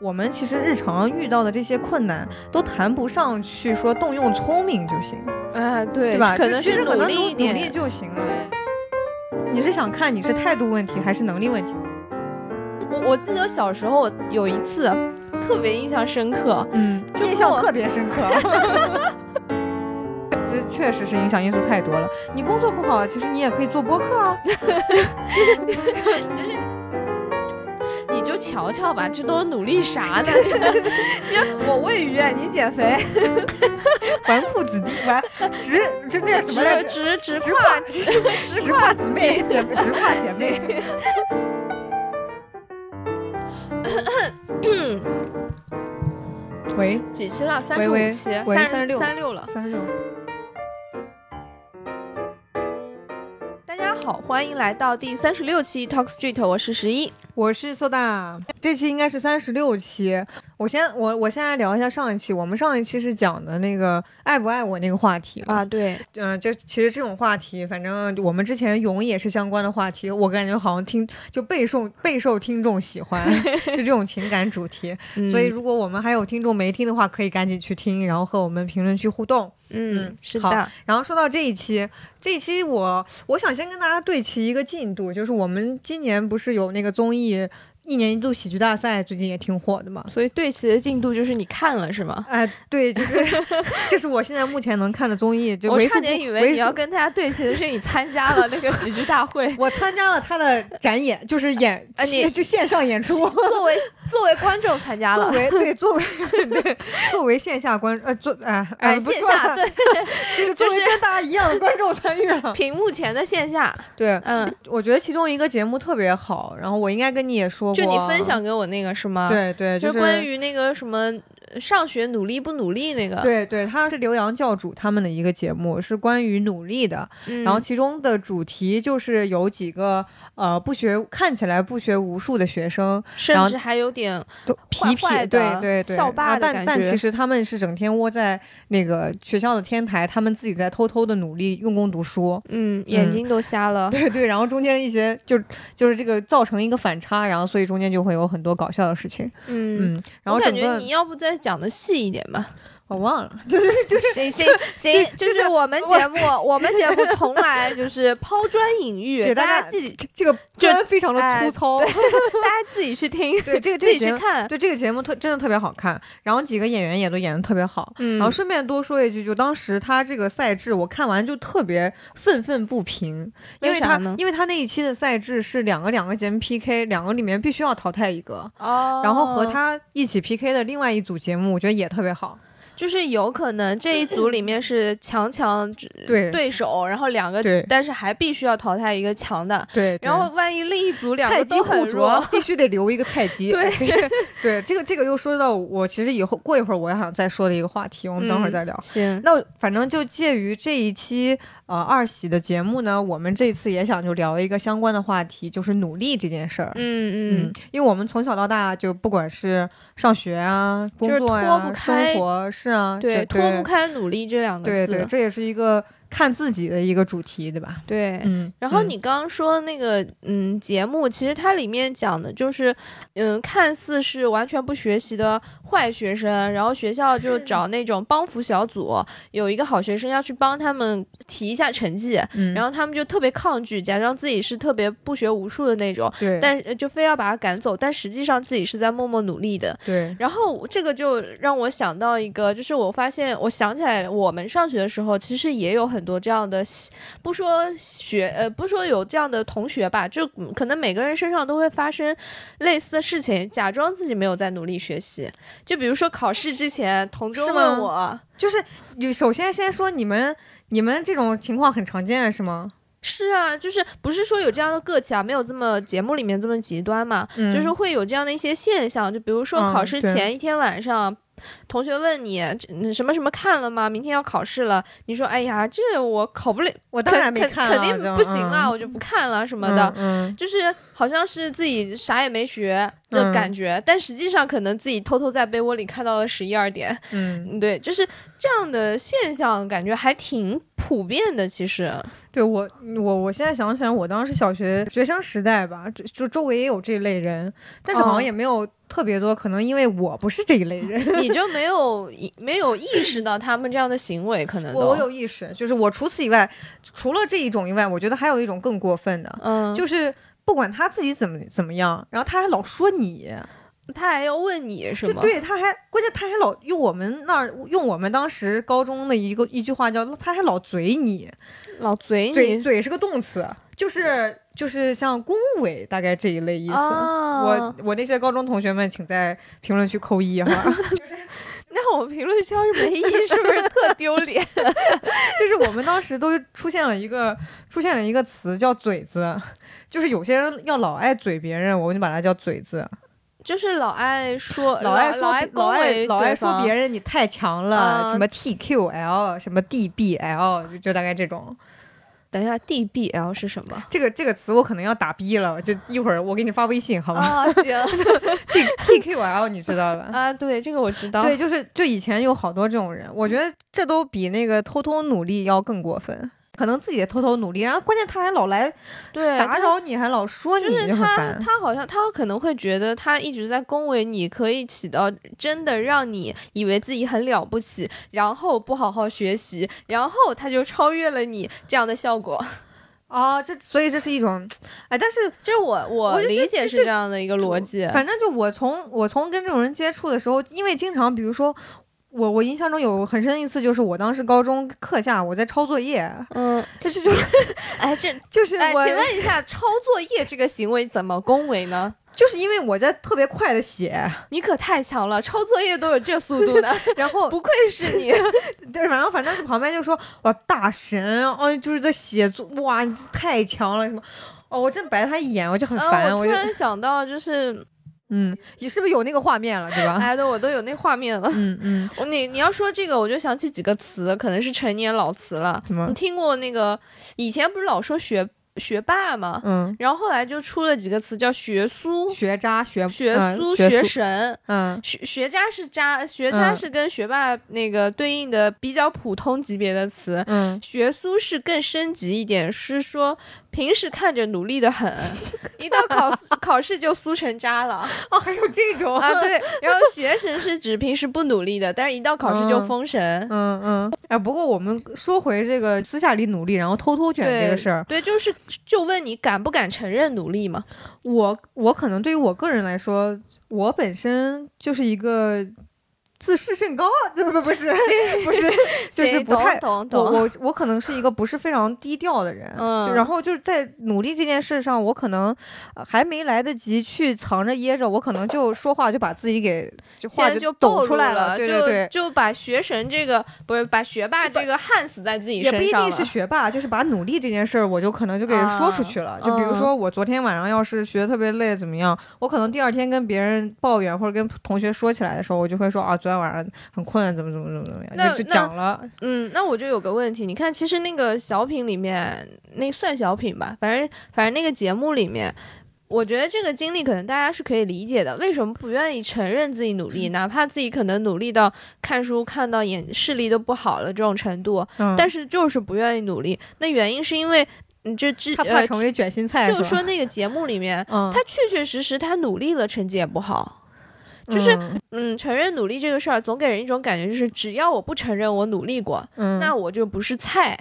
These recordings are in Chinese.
我们其实日常遇到的这些困难，都谈不上去说动用聪明就行，哎，对对吧？可就能其是实可能力努一努点，力就行了。对你是想看你是态度问题还是能力问题？我我记得小时候有一次特别印象深刻，嗯，就印象过特别深刻。 其实确实是影响因素太多了。你工作不好，其实你也可以做播客啊。你就瞧瞧吧，这都努力啥呢？ 你就我喂鱼，你减肥，纨绔子弟，纨直这这什么来直着？直直直跨跨直直直跨。跨姊妹，姐直跨姐妹。喂，几期了？三喂十五喂期，喂三36三六了。三十六，大家好，欢迎来到第三十六期 Talk Street，我是十一。我是苏大，这期应该是三十六期。我先我我先来聊一下上一期，我们上一期是讲的那个爱不爱我那个话题嘛，啊，对，嗯、就其实这种话题，反正我们之前泳也是相关的话题，我感觉好像听就备受备受听众喜欢，就这种情感主题。嗯所以如果我们还有听众没听的话，可以赶紧去听，然后和我们评论区互动。嗯，嗯嗯，是好的，然后说到这一期，这一期我我想先跟大家对齐一个进度，就是我们今年不是有那个综艺一年一度喜剧大赛，最近也挺火的嘛。所以对齐的进度就是你看了是吗？哎，对，就是 这是我现在目前能看的综艺，就我为数差点不以为为你数。要跟大家对齐的是你参加了那个喜剧大会我参加了他的展演，就是演， 啊你 就线上演出。 作为作为观众参加作了，为对作为 对作为线下观呃作哎哎，不线说下了，对就是作就为是跟大家一样的观众参与 了。屏幕前的线下，对，嗯，我觉得其中一个节目特别好，然后我应该跟你也说过，就你分享给我那个是吗？，对对，就是关于那个什么呃上学努力不努力那个。，对对，他是刘洋教主他们的一个节目，是关于努力的。嗯、然后其中的主题就是有几个呃不学看起来不学无术的学生，然甚后至还有点都坏皮皮，坏的对对对，校霸啊的但感但觉其实他们是整天窝在那个学校的天台，他们自己在偷偷的努力用功读书。 嗯，眼睛都瞎了。对对，然后中间一些就就是这个造成一个反差，然后所以中间就会有很多搞笑的事情。嗯，嗯，然我后感整觉个你要不再讲的细一点吧。我忘了，行 行这行，这就是是我们我节目，我们节目从来就是抛砖引玉，给大大家自己这个居就然非常的哎粗糙。大家自己去 听， 对这个自这己个节去目，看。对这个节目特真的特别好看，然后几个演员也都演的特别好。嗯然后顺便多说一句，就当时他这个赛制，我看完就特别愤愤不平，因为为啥他呢因为他那一期的赛制是两个两个节目 PK，两个里面必须要淘汰一个，哦，然后和他一起 PK 的另外一组节目，我觉得也特别好。就是有可能这一组里面是强强对对手，然后两个对，但是还必须要淘汰一个强的。对，然后万一另一组两菜个鸡都互很弱啄，，必须得留一个菜鸡。 对对对，这个这个又说到我其实以后过一会儿我也想再说的一个话题，我们等会嗯儿再聊。行，那反正就介于这一期呃二喜的节目呢，我们这次也想就聊一个相关的话题，就是努力这件事儿。嗯嗯，，因为我们从小到大就不管是上学啊、工就是作呀、脱不开生活是啊，对，对，脱不开努力这两个对对，字，这也是一个看自己的一个主题，对吧？对。嗯。然后嗯你刚刚说那个，嗯，节目其实它里面讲的就是，嗯，看似是完全不学习的坏学生，然后学校就嗯找那种帮扶小组，有一个好学生要去帮他们提一下成绩，嗯，然后他们就特别抗拒，假装自己是特别不学无术的那种，对，但是呃就非要把他赶走，但实际上自己是在默默努力的。对然后这个就让我想到一个，就是我发现，我想起来我们上学的时候，其实也有很多这样的喜，不说学，呃，不说有这样的同学吧，就嗯可能每个人身上都会发生类似的事情，假装自己没有在努力学习。就比如说考试之前，同桌是吗问我就是你首先先说你们你们这种情况很常见是吗？是啊，就是不是说有这样的个体啊，没有这么节目里面这么极端嘛，嗯就是会有这样的一些现象，就比如说嗯考试对前一天晚上。同学问你这嗯什么什么看了吗？明天要考试了，你说哎呀，这我考不了，我肯当然没肯看肯了定就不行了，啊嗯我就不看了什么的，嗯，嗯就是好像是自己啥也没学这感嗯觉，但实际上可能自己偷偷在被窝里看到了十一二点。嗯，嗯对，就是这样的现象，感觉还挺普遍的。其 实，对我，我我现在想起来，我当时小学学生时代吧，就就周围也有这类人，但是哦嗯好像也没有特别多，可能因为我不是这一类人。你就没有没有意识到他们这样的行为，可能都我我有意识，就是我除此以外，除了这一种以外，我觉得还有一种更过分的，嗯，就是不管他自己怎么怎么样，然后他还老说你，他还要问你是就吗？对，他还关键他还老用我们那儿用我们当时高中的一个一句话叫，他还老嘴你，老嘴嘴你嘴是个动词，就是就是像恭维大概这一类意思。啊！我我那些高中同学们，请在评论区扣一哈， 那我评论区要是没意，是不是特丢脸？就是我们当时都出现了一个出现了一个词叫“嘴子”，就是有些人要老爱嘴别人，我们就把它叫“嘴子 就是老爱说，”，老爱呃说老老爱老恭爱维老爱对说方别人你太强了，嗯什么 TQL 什么 DBL，就就大概这种。等一下，DBL 是什么？这个这个词我可能要打逼了，就一会儿我给你发微信好吧？啊，行这 TQL 你知道吧？ 啊，对，这个我知道。对，，就是就以前有好多这种人，我觉得这都比那个偷偷努力要更过分。可能自己也偷偷努力，然后关键他还老来对打他扰你，还老说你，就是很他，烦。他好像他可能会觉得他一直在恭维你，可以起到真的让你以为自己很了不起，然后不好好学习，然后他就超越了你这样的效果。 哦啊，这所以这是一种，哎，但是这我我我就觉得理解这是这样的一个逻辑。反正就我从我从跟这种人接触的时候，因为经常比如说我我印象中有很深一次，就是我当时高中课下我在抄作业，嗯，这就就哎，这 就是哎，我请问一下，抄作业这个行为怎么恭维 呢？就是因为我在特别快的写，你可太强了，抄作业都有这速度 的，然 后不愧是你。 对，反正反正旁边就说哇大神，哦就是在写作，哇你太强了什么，哦我真白他一眼，我就很烦，嗯，我我突就然想到，就是嗯，你是不是有那个画面了，对吧？哎，对我都有那画面了。嗯嗯，我你你要说这个，我就想起几个词，可能是陈年老词了。怎么你听过那个以前不是老说学学霸吗？嗯然后后来就出了几个词叫学苏、学渣学学嗯苏、学学苏神。嗯学学渣是渣，学渣嗯是跟学霸那个对应的比较普通级别的词。 嗯学苏是更升级一点，是说平时看着努力的很，一到考试考试就苏成渣了。 哦还有这种啊， 对，然后学神是指平时不努力的，但是一到考试就嗯封神。嗯嗯哎不过我们说回这个私下里努力，然后偷偷卷这对个事儿，对，就是就问你敢不敢承认努力 嘛？我我可能对于我个人来说，我本身就是一个自视甚高， 不不不是 不是，就是行不太懂我懂懂。我我可能是一个不是非常低调的人，嗯就然后就是在努力这件事上，我可能呃还没来得及去藏着掖着，我可能就说话就把自己给就话现在就暴抖露出来了，对对对。就就把学神这个不是把学霸这个焊死在自己也不身一上定了是。学霸，就是把努力这件事儿，我就可能就给说出去了。啊就比如说，我昨天晚上要是学得特别累，怎么样？我可能第二天跟别人抱怨或者跟同学说起来的时候，我就会说啊，昨天晚上很困，怎么怎么怎么怎么那样，就就那讲了。嗯，那我就有个问题，你看，其实那个小品里面，那算小品吧，反正反正那个节目里面，我觉得这个经历可能大家是可以理解的。为什么不愿意承认自己努力，哪怕自己可能努力到看书看到眼视力都不好了这种程度，嗯，但是是就是不愿意努力。那原因是因为你这这他怕呃，成为卷心菜，就是吧说那个节目里 面，嗯，他确确实实他努力了，成绩也不好。就是嗯嗯，承认努力这个事儿，总给人一种感觉，就是只要我不承认我努力过，嗯，那我就不是菜，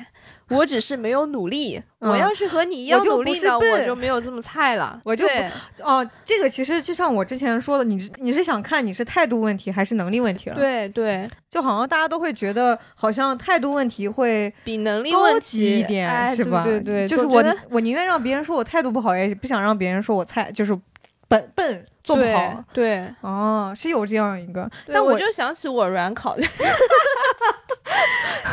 我只是没有努力。我嗯要是和你一样我就努不力是呢，我笨就没有这么菜了。我就不对哦，这个其实就像我之前说的，你是你是想看你是态度问题还是能力问题了？，对对，就好像大家都会觉得，好像态度问题会比能力高问级题一点，哎，是吧？对对对，就是总我觉得我宁愿让别人说我态度不好，也不想让别人说我菜，就是笨笨做不对好。对，哦，是有这样一个，对但我我就想起我软考的，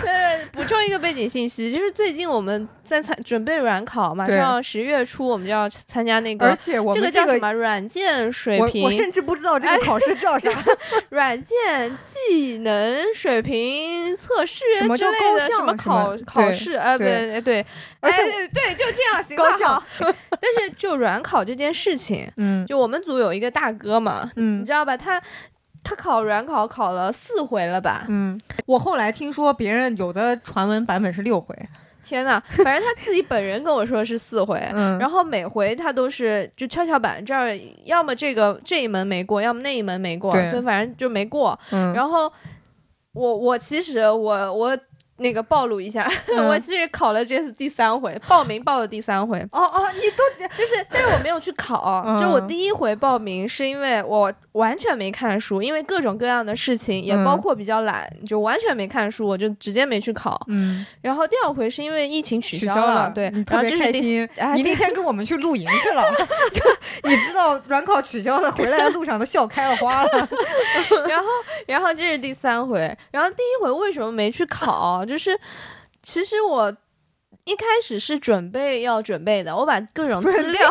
呃，补充一个背景信息，就是最近我们在参准备软考，马上十月初我们就要参加那而个。且我这们个叫什么？软件水我平哎我，甚至不知道这个考试 叫啥，软件技能水平测试什么之叫类高的项什么什考么考对试？呃，不对对，对，而且哎对，就这样行高了效好。 但是就软考这件事情，嗯就我们组有一个大哥嘛，你嗯知道吧？他他考软考考了四回了吧？嗯。我后来听说别人有的传闻版本是六回，天呐，反正他自己本人跟我说是四回。嗯，然后每回他都是就跷跷板这儿，要么这个这一门没过，要么那一门没过，对就反正就没过。嗯然后我我其实我我那个暴露一下，嗯我其实考了这是第三回，报名报的第三回，哦哦，你都就是但是我没有去考，嗯就我第一回报名是因为我完全没看书，因为各种各样的事情，也嗯包括比较懒，就完全没看书，我就直接没去考。嗯然后第二回是因为疫情取取消消对，你然特后别这开是第心。哎你那天跟我们去露营去 了， 就你知道软考取消了，回来的路上都笑开了 花了。。然后，然后这是第三回。然后第一回为什么没去考？就是其实我一开始是准备要准备的，我把各种资料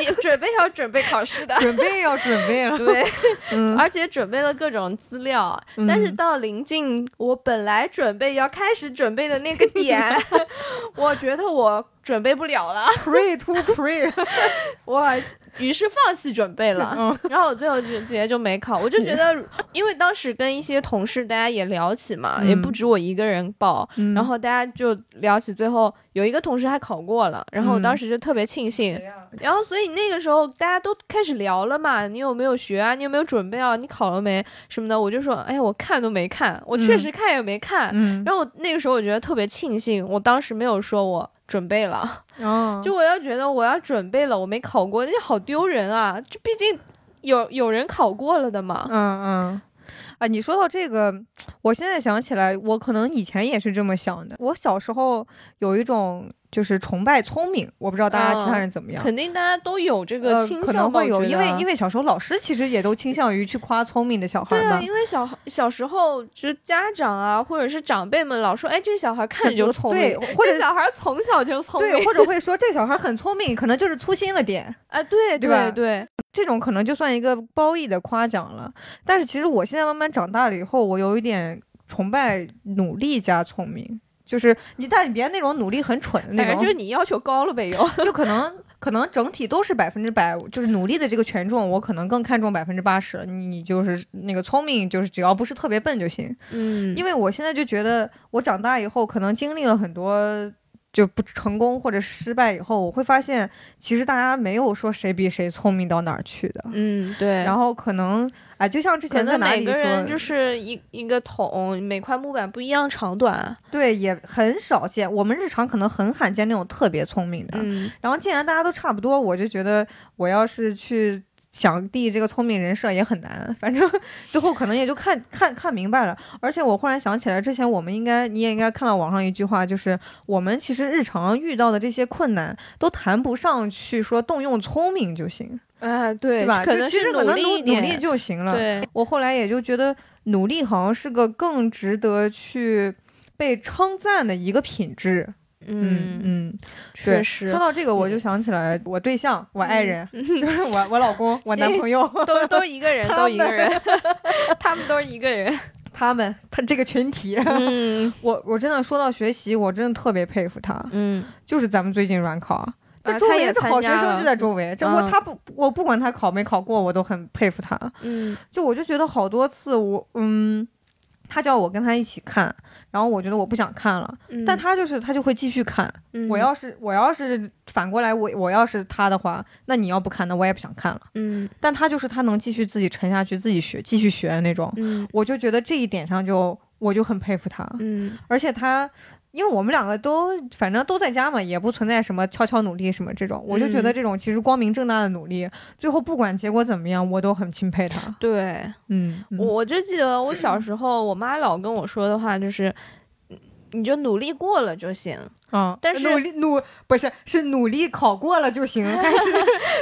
也准备要准备考试的准备要准备 了，对，嗯，而且准备了各种资料，嗯但是到临近我本来准备要开始准备的那个点， 我觉得我准备不了了， pray to pray，我于是放弃准备了。嗯然后我最后就直接就没考，我就觉得，因为当时跟一些同事大家也聊起嘛，嗯也不止我一个人报，嗯然后大家就聊起，最后有一个同事还考过了，然后我嗯当时就特别庆幸。然后所以那个时候大家都开始聊了嘛，你有没有学啊？你有没有准备啊？你考了没什么的？我就说，哎呀，我看都没看，我确实看也没看。嗯，然后我那个时候我觉得特别庆幸，我当时没有说我准备了。哦，就我要觉得我要准备了，我没考过，那就好丢人啊！就毕竟有有人考过了的嘛。嗯嗯。啊，你说到这个，我现在想起来，我可能以前也是这么想的。我小时候有一种就是崇拜聪明，我不知道大家其他人怎么样。肯定大家都有哦这个呃倾可向能吧，会有，因为为因为小时候老师其实也都倾向于去夸聪明的小孩对啊，嘛。因为小小时候就家长啊，或者是长辈们老说，哎，这小孩看着就聪 对明，，或者这小孩从小就聪明，对，或者会说这小孩很聪明，可能就是粗心了点。 啊，对对吧对对，这种可能就算一个褒义的夸奖了。但是其实我现在慢慢长大了以后，我有一点崇拜努力加聪明，就是你，但你别那种努力很蠢的反那正就是种，你要求高了呗， 又就可能可能整体都是百分之百，就是努力的这个权重，我可能更看重百分之八十了。你你就是那个聪明，就是只要不是特别笨就行。嗯因为我现在就觉得，我长大以后可能经历了很多。就不成功或者失败以后，我会发现，其实大家没有说谁比谁聪明到哪儿去的。嗯对，然后可能哎，就像之可前在能哪每里个说，人就是一一个桶，每块木板不一样长短，啊对，也很少见。我们日常可能很罕见那种特别聪明的。嗯然后既然大家都差不多，我就觉得我要是去想立这个聪明人设也很难，反正最后可能也就看看看明白了。而且我忽然想起来，之前我们应该你也应该看到网上一句话，就是我们其实日常遇到的这些困难都谈不上去说动用聪明就行，啊对对吧？可就能其是实可能力一努努点，力就行了。对，我后来也就觉得努力好像是个更值得去被称赞的一个品质。嗯嗯，嗯，确实说到这嗯个，我就想起来我对象，我爱人， 就是我我老公，我男朋友， 都都是一个人，他都们一个人， 他们都是一个 人。他们他这个群体， 嗯我我真的说到学习，我真的特别佩服他，嗯，就是咱们最近软考。这啊周他也围的好参学加生了就在周围，这我嗯他不，我不管他考没考过，我都很佩服他。嗯就我就觉得好多次我嗯，他叫我跟他一起看，然后我觉得我不想看了，嗯，但他就是他就会继续看。嗯我要是我要是反过来我我要是他的话，那你要不看，那我也不想看了。嗯但他就是他能继续自己沉下去，自己学继续学的那种， 嗯我就觉得这一点上就我就很佩服他，嗯而且他。因为我们两个都反正都在家嘛，也不存在什么悄悄努力什么这种，我就觉得嗯这种其实光明正大的努力，最后不管结果怎么样，我都很钦佩他。对嗯，嗯我我就记得我小时候，我妈老跟我说的话就是。你就努力过了就 行，啊，但是努力努不是是努力考过了就 行，还是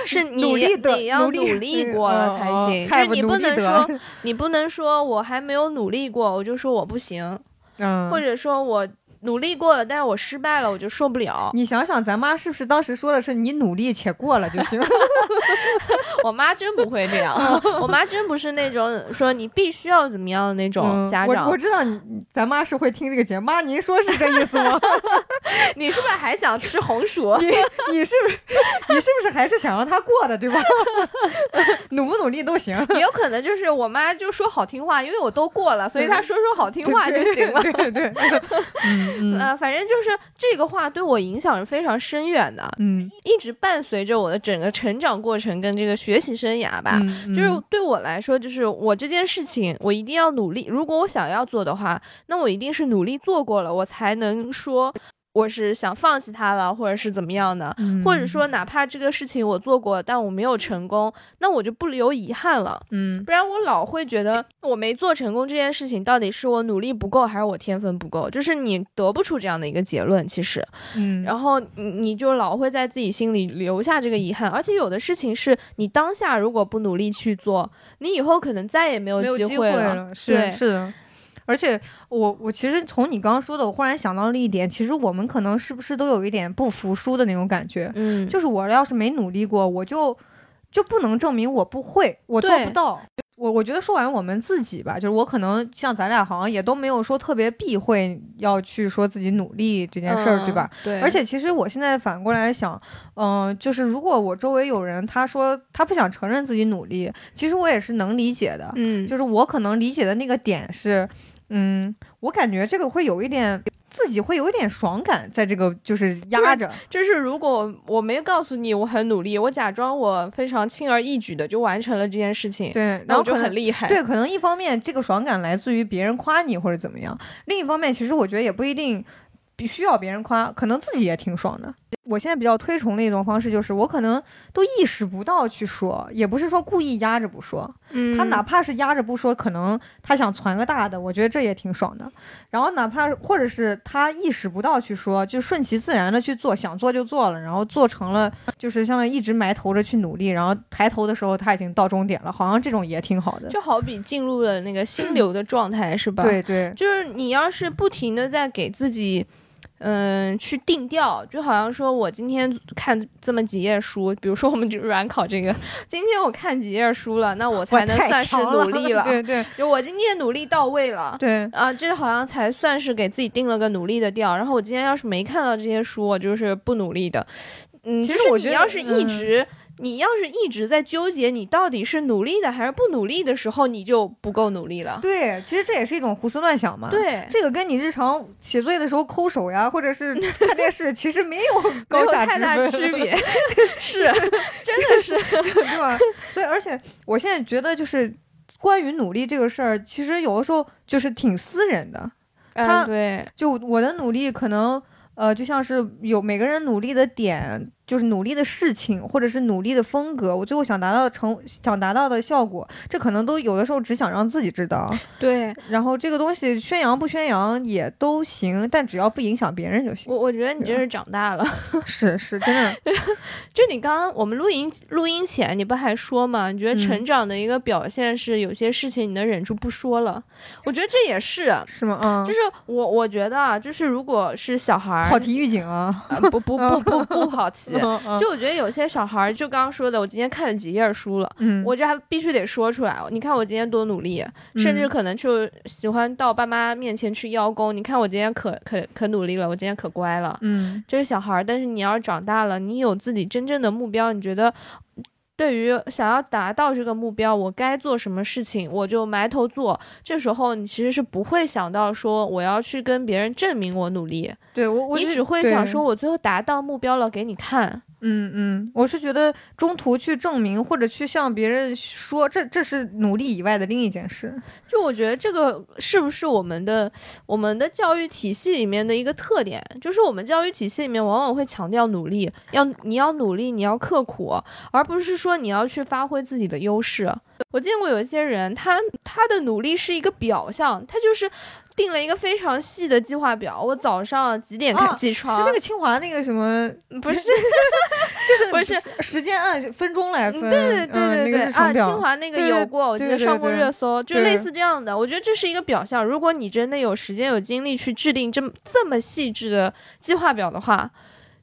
是你努力的你要努力努力过了才行，嗯嗯就是还不 你不努力能得说你不能说我还没有努力过，我就说我不行，嗯，或者说我努力过了，但是我失败了，我就受不了。你想想，咱妈是不是当时说的是你努力且过了就行？ 我妈真不会这样，嗯 我妈真不是那种说你必须要怎么样的那 种嗯家长。我我知道你，咱妈是会听这个节目。妈，您说是这意思吗？你是不是还想吃红 薯？你你是不是你是不是还是想让她过的，对吧？ 努不努力都行，也有可能就是我妈就说好听话，因为我都过了，所以她说说好听话就嗯对行了。对对对， 嗯嗯呃，反正就是这个话对我影响是非常深远的， 嗯，一直伴随着我的整个成长过程跟这个学习生涯吧。嗯就是对我来说，就是我这件事情，我一定要努力。如果我想要做的话，那我一定是努力做过了，我才能说我是想放弃它了，或者是怎么样的。嗯或者说，哪怕这个事情我做过，但我没有成功，那我就不留遗憾了。嗯不然我老会觉得我没做成功这件事情，到底是我努力不够，还是我天分不够？就是你得不出这样的一个结论，其实。嗯，然后你你就老会在自己心里留下这个遗憾，而且有的事情是你当下如果不努力去做，你以后可能再也没有没有机机会了。了，是对是的。而且我我其实从你刚刚说的，我忽然想到了一点，其实我们可能是不是都有一点不服输的那种感觉？嗯，就是我要是没努力过，我就就不能证明我不会，我做对不到。我我觉得说完我们自己吧，就是我可能像咱俩好像也都没有说特别避讳要去说自己努力这件事儿，对吧？嗯？对，而且其实我现在反过来想，嗯、就是如果我周围有人他说他不想承认自己努力，其实我也是能理解的。嗯，就是我可能理解的那个点是，嗯，我感觉这个会有一点自己会有一点爽感在这个就是压着，就是如果我没告诉你我很努力，我假装我非常轻而易举的就完成了这件事情，对，那然我后就可能很厉害。对，可能一方面这个爽感来自于别人夸你或者怎么样，另一方面其实我觉得也不一定必须要别人夸，可能自己也挺爽的。我现在比较推崇的一种方式就是，我可能都意识不到去说，也不是说故意压着不说。嗯，他哪怕是压着不说，可能他想传个大的，我觉得这也挺爽的。然后哪怕或者是他意识不到去说，就顺其自然的去做，想做就做了，然后做成了，就是相当于一直埋头着去努力，然后抬头的时候他已经到终点了，好像这种也挺好的。就好比进入了那个心流的状态，是吧？，对对，就是你要是不停的在给自己。嗯，去定调，就好像说我今天看这么几页书，比如说我们这软考这个， 今天我看几页书了，那我才能太算是强努力了。对 对就我今天努力到位了，对，啊，这好像才算是给自己定了个努力的调。然后我今天要是没看到这些书，我就是不努力的。嗯，其就实是我你觉得要是一嗯直，你要是一直在纠结你到底是努力的还是不努力的时候，你就不够努力了。对，其实这也是一种胡思乱想嘛。。对，这个跟你日常写作业的时候抠手呀，或 者是看电视，其实没有没高有下太之大分，区别，是，啊真的是， 对吧？所以，而且我现在觉得，就是关于努力这个事儿，其实有的时候就是挺私人的。嗯，他对，就我的努力，可能呃，就像是有每个人努力的点，就是努力的事情，或者是努力的风格，我最后想达到的成，想达到的效果，这可能都有的时候只想让自己知 道。对然后这个东西宣扬不宣扬也都行，但只要不影响别人就行我。我觉得你真是长大了。 是是，真的，就你刚刚我们录音录音前，你不还说吗？你觉得嗯成长的一个表现是有些事情你能忍住不说了，我觉得这也是，是吗？啊、就是我我觉得啊，就是如果是小孩儿，跑题预警 啊！呃不不不不不好奇。嗯就我觉得有些小孩儿，就刚刚说的，我今天看了几页书了，嗯，我这还必须得说出来。哦你看我今天多努力，甚至可能就喜欢到爸妈面前去邀功。你看我今天可可可努力了，我今天可乖了。嗯这是小孩儿，但是你要是长大了，你有自己真正的目标，你觉得对于想要达到这个目标，我该做什么事情，我就埋头做。这时候你其实是不会想到说我要去跟别人证明我努力，对我我你是只会对想说我最后达到目标了给你看。嗯嗯，我是觉得中途去证明或者去向别人说，这这是努力以外的另一件事。就我觉得这个是不是我们的我们的教育体系里面的一个特点，就是我们教育体系里面往往会强调努力，要你要努力，你要刻苦，而不是说你要去发挥自己的优势。我见过有一些人，他他的努力是一个表象，他就是定了一个非常细的计划表。我早上几点开啊起床？是那个清华那个什么，不是就是不是时间按分钟来分，对对对对嗯、那对、个日啊！程表清华那个对有过，我记对得对上过对热搜，就对类似这样的。我觉得这是一个表象。如果你真的有时间有精力去制定这么这么细致的计划表的话，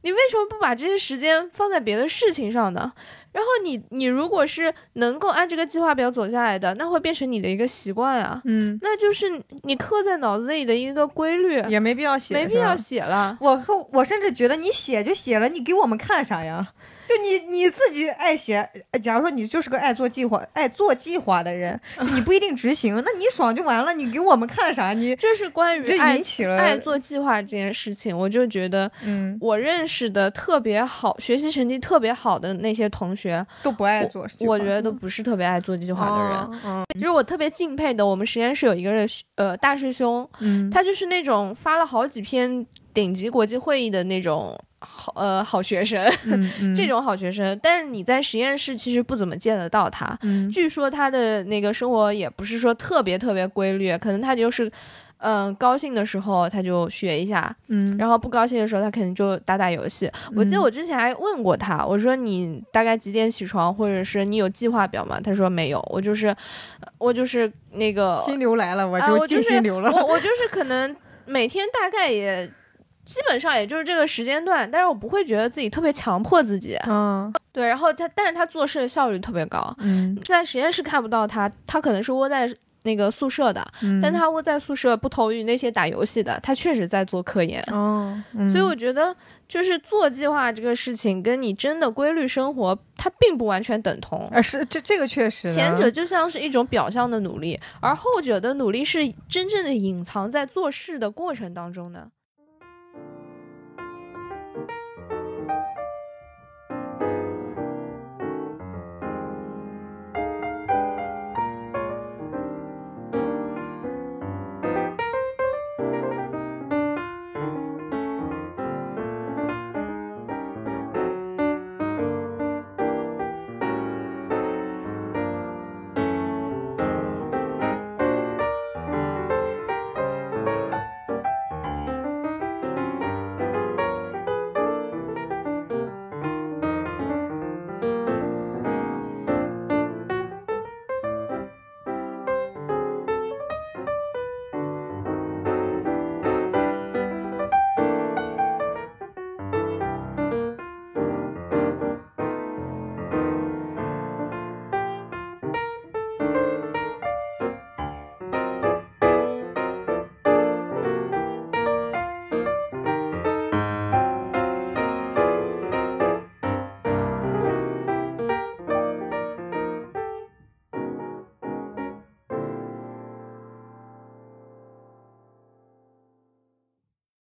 你为什么不把这些时间放在别的事情上呢？然后你你如果是能够按这个计划表走下来的，那会变成你的一个习惯啊，嗯，那就是你刻在脑子里的一个规律，也没必要写，没必是吧要写了。我后我甚至觉得你写就写了，你给我们看啥呀？就你你自己爱写，呃假如说你就是个爱做计划、爱做计划的人，嗯你不一定执行，那你爽就完了，你给我们看啥？你这是关于这爱引起了爱做计划这件事情，我就觉得嗯我认识的特别好、学习成绩特别好的那些同学，都不爱做计划，我觉得都不是特别爱做计划的人。嗯哦，就是我特别敬佩的，我们实验室有一个人，呃大师兄，嗯，他就是那种发了好几篇顶级国际会议的那种好呃好学生，嗯 嗯这种好学生。但是你在实验室其实不怎么见得到他。嗯据说他的那个生活也不是说特别特别规律，可能他就是，嗯、高兴的时候他就学一下，嗯，然后不高兴的时候，他肯定就打打游戏。我记得我之前还问过他，我说你大概几点起床，或者是你有计划表吗？他说没有，我就是，我就是那个，心流来了，我啊我就就进是心流了，我我就是可能每天大概也基本上也就是这个时间段，但是我不会觉得自己特别强迫自己。嗯对，然后他，但是他做事效率特别高，嗯在实验室看不到他，他可能是窝在。那个宿舍的，嗯，但他窝在宿舍不同于那些打游戏的，他确实在做科研。哦，嗯所以我觉得，就是做计划这个事情，跟你真的规律生活，它并不完全等同。啊是这这个确实的，前者就像是一种表象的努力，而后者的努力是真正的隐藏在做事的过程当中的。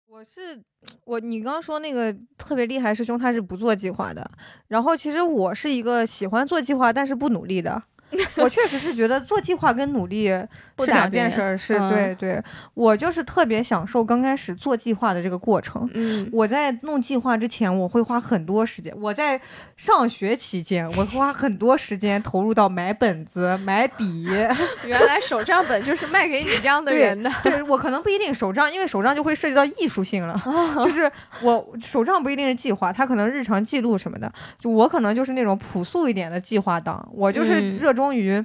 我是我，你刚刚说那个特别厉害师兄，他是不做计划的。然后其实我是一个喜欢做计划，但是不努 力的。我确实是觉得做计划跟努力不是搭两边件事儿，是嗯对对。我就是特别享受刚开始做计划的这个过程。嗯，我在弄计划之前，我会花很多时间。我在上学期间，我会花很多时间投入到买本子、买笔，原来手账本就是卖给你这样的对人的。 对我可能不一定手账，因为手账就会涉及到艺术性了。就是我手账不一定是计划，它可能日常记录什么的。就我可能就是那种朴素一点的计划党，我就是嗯热衷于。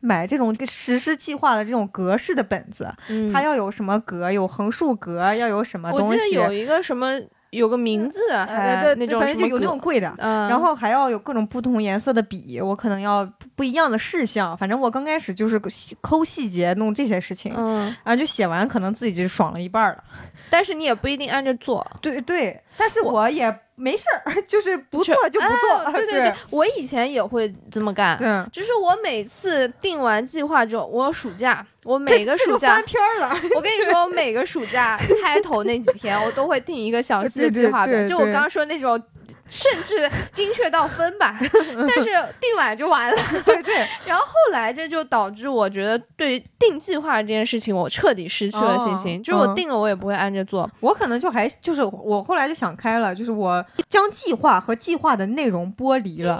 买这种实施计划的这种格式的本子，嗯它要有什么格，有横竖格，要有什么我东记得西，有一个什么，有个名字，呃还对那对，种反什正就么有那种格，贵的，嗯，然后还要有各种不同颜色的笔，我可能要不不一样的事项。反正我刚开始就是抠细节弄这些事情，嗯，然后就写完，可能自己就爽了一半儿了。但是你也不一定按着做，对对，但是我我也没事儿， 就是不就做就不做。 对对对，我以前也会这么干，哦对，就是我每次定完计划之后，我暑假，我每个这暑就假翻，篇儿了。 我跟你说，我每个暑假开头那几天，我都会定一个详细的对对计划表，对就我对刚刚说那种。甚至精确到分 吧，但是定晚就完了。对对，然后后来这就导致我觉得对于定计划这件事情，我彻底失去了信心。哦就是我嗯定了，我也不会按着做。我可能就还就是我后来就想开了，就是我将计划和计划的内容剥离了，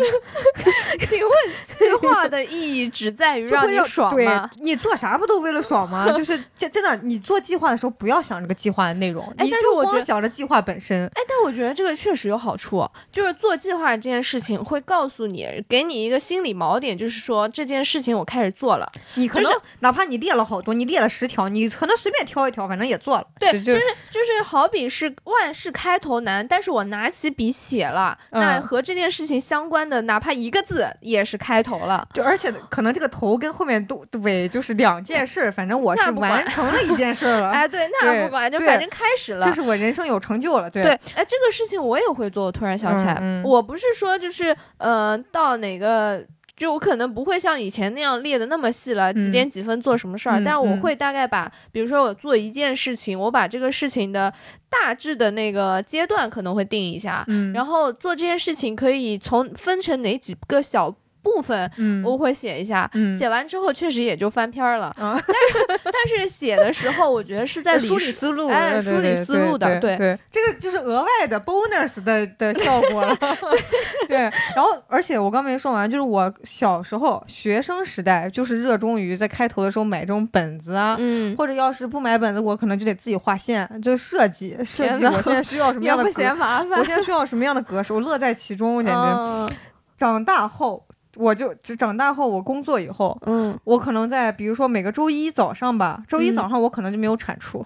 请问计划的意义只在于 就让会你让爽对吗？，你做啥不都为了爽吗？就是这真的，你做计划的时候不要想这个计划的内容，哎你但是就我觉光得想着计划本身。哎，但我觉得这个确实有好处，哦就是做计划这件事情会告诉你，给你一个心理锚点，就是说这件事情我开始做了。你可就能是哪怕你列了好多，你列了十条，你可能随便挑一条，反正也做了。对就就是就是好比是万事开头难，但是我拿起笔写了，嗯那和这件事情相关的哪怕一个字也是开头了。就而且可能这个头跟后面都尾就是两件事儿，反正我那是不管完成了一件事儿了，哎，对，那对不管，就对反正开始了这。是我人生有成就了。对对，哎，这个事情我也会做。我突然想起来，嗯嗯我不是说就是，呃，到哪个就我可能不会像以前那样列的那么细了，几嗯点几分做什么事儿，嗯但是我嗯会大概把，比如说我做一件事情，我把这个事情的大致的那个阶段可能会定一下，嗯，然后后做这件事情可以从分成哪几个小部分，嗯我会写一下。嗯写完之后确实也就翻篇儿了，啊但是写的时候我觉得是在理梳理顺思路，哎对梳理对思对路的对对，这个就是额外的 bonus 的的效果了。 对，然后而且我刚没说完，就是我小时候学生时代就是热衷于在开头的时候买这种本子啊。嗯，或者要是不买本子，我可能就得自己画线，就设计设天计。呐我现在需要什么也样的不格嫌麻烦我，现在需要什么样的格式，我乐在其中，简直。啊嗯长大后，我就只长大后，我工作以后，嗯，我可能在比如说每个周一早上吧，周一早上我可能就没有产出，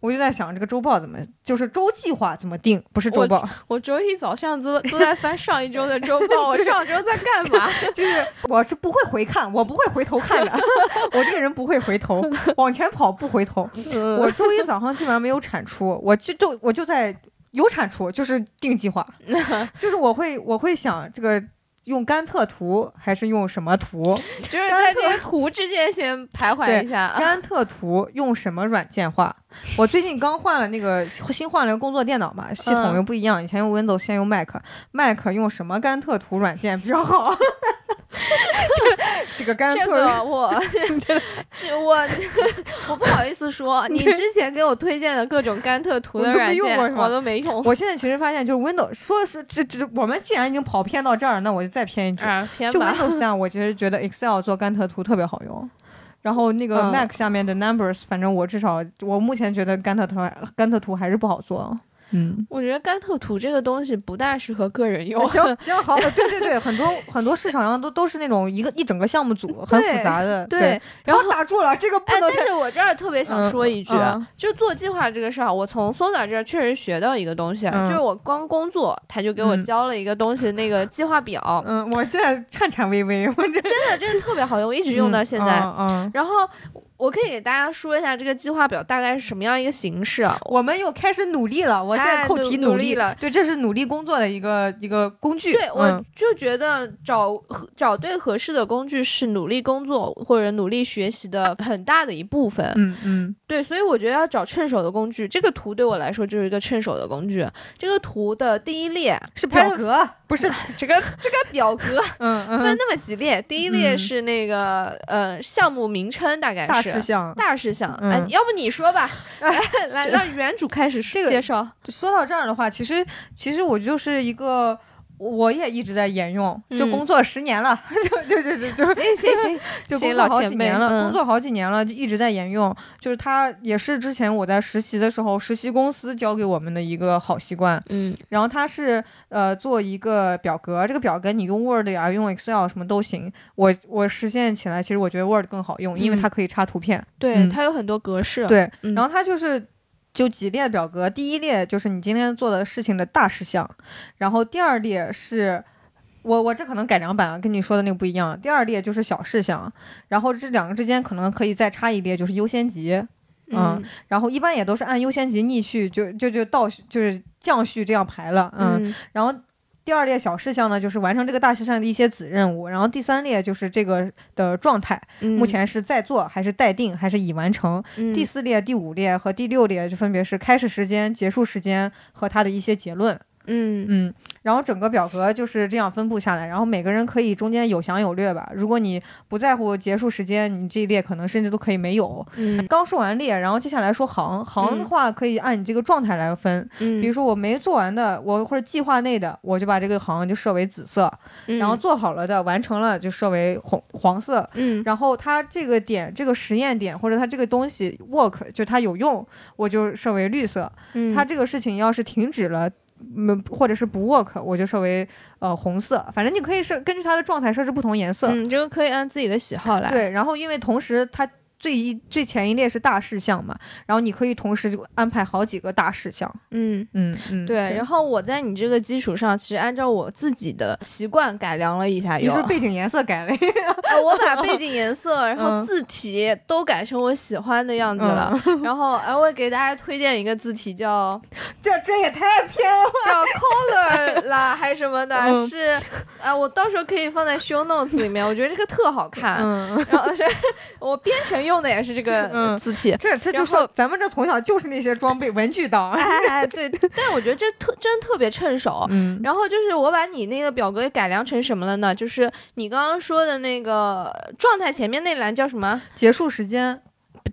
我就在想这个周报怎么，就是周计划怎么定，不是周报，我周一早上都都在翻上一周的周报，我上周在干嘛？ 就是我是不会回看，我不会回头看的， 我这个人不会回头，往前跑不回头。我我周一早上基本上没有产出，我就就我就在有产出，就是定计划，就是我会我会想这个用甘特图还是用什么图，就是在这些图之间先徘徊一下啊。甘特图用什么软件画？我最近刚换了那个新换了个工作电脑嘛，系统又不一样，以前用 Windows，现在用 Mac，Mac 用什么甘特图软件比较好？ 这个甘这特个我， 这我我不好意思说，你之前给我推荐的各种甘特图的我都软没用过件，是吧我都没用。我现在其实发现，就是 Windows，说是这这，我们既然已经跑偏到这儿，那我就再偏一句，啊，偏就吧， Windows 下，我其实觉得 Excel 做甘特图特别好用。然后那嗯个 Mac 下面的 Numbers，、反正我至少我目前觉得甘特图甘特图还是不好做。 嗯，我觉得甘特图这个东西不大适合个人用。行行好，对对对，很多很多市场上都都是那种一个一整个项目组很复杂的。对，对，然后打住了，这个不哎，能但是我这儿特别想说一句，啊嗯嗯就做计划这个事儿，啊我从 Soda 这儿确实学到一个东西，啊嗯就是我光工作，他就给我嗯教了一个东西，那个计划 表，嗯，我现在颤颤巍巍，我这真的真的特别好用，我一直用到现在。嗯嗯嗯然后我可以给大家说一下这个计划表大概是什么样一个形式啊。我们又开始努力了，我现哎在扣努题努努力了对，这是努力工作的一个一个工具。对，我嗯就觉得找合找对合适的工具是努力工作或者努力学习的很大的一部分。嗯嗯对，所以我觉得要找趁手的工具。这个图对我来说就是一个趁手的工具。这个图的第一列是它表格， 不是这个这个表格嗯嗯分那么几列，第一列嗯是那个、呃项目名称，大概大是事项。大事项。嗯哎，要不你说 吧，哎来来让原主开始这个介 绍。说到这儿的话，其实其实我就是一个，我也一直在沿用，嗯就工作十年了， 就就就就就行行行， 就行工老作好前几辈年了，嗯工作好几年了，就一直在沿用。就是它也是之前我在实习的时候，实习公司教给我们的一个好习惯。嗯然后它是呃做一个表格，这个表格你用 Word 呀、用 Excel 什么都行。我我实现起来，其实我觉得 Word 更好用，因为嗯它可以插图片。对，嗯它有很多格式。对，嗯，然后它就是就几列表格，第一列就是你今天做的事情的大事项，然后第二列是。我我这可能改良版啊，跟你说的那个不一样。第二列就是小事项，然后这两个之间可能可以再插一列，就是优先级。嗯然后一般也都是按优先级逆序，就就就倒序就是降序这样排了。嗯，嗯然后第二列小事项呢，就是完成这个大事项的一些子任务。然后第三列就是这个的状态，嗯目前是在做还是待定还是已完成。嗯第四列、第五列和第六列就分别是开始时间、结束时间和它的一些结论。嗯嗯，然后整个表格就是这样分布下来，然后每个人可以中间有详有略吧。如果你不在乎结束时间，你这一列可能甚至都可以没有。嗯刚说完列，然后接下来说行，行的话可以按你这个状态来分。嗯，比如说我没做完的，我或者计划内的，我就把这个行就设为紫色，嗯，然后做好了的、完成了就设为红黄色。嗯然后它这个点、这个实验点或者它这个东西 work 就它有用，我就设为绿色。嗯，它这个事情要是停止了，嗯，或者是不 work，我就设为呃红色。反正你可以设根据它的状态设置不同颜色。嗯，这个可以按自己的喜好来。对，然后因为同时它最一最前一列是大事项嘛，然后你可以同时就安排好几个大事项。嗯。嗯嗯，对，然后我在你这个基础上，其实按照我自己的习惯改良了一下你有，啊是不是背景颜色改了，呃我把背景颜色，然后嗯字体都改成我喜欢的样子了。 然后，哎，我也给大家推荐一个字体 叫 这这也太偏了。叫 color 啦，还是什么的，嗯是啊、我到时候可以放在 show notes 里面，我觉得这个特好看。嗯，然后是我编程用的也是这个嗯字体，这这就然说后咱们这从小就是那些装备文具党。哎哎哎，对，但是我觉得这特真特别趁手。嗯然后就是我把你那个表格改良成什么了呢？就是你刚刚说的那个状态前面那栏叫什么？ 结束时间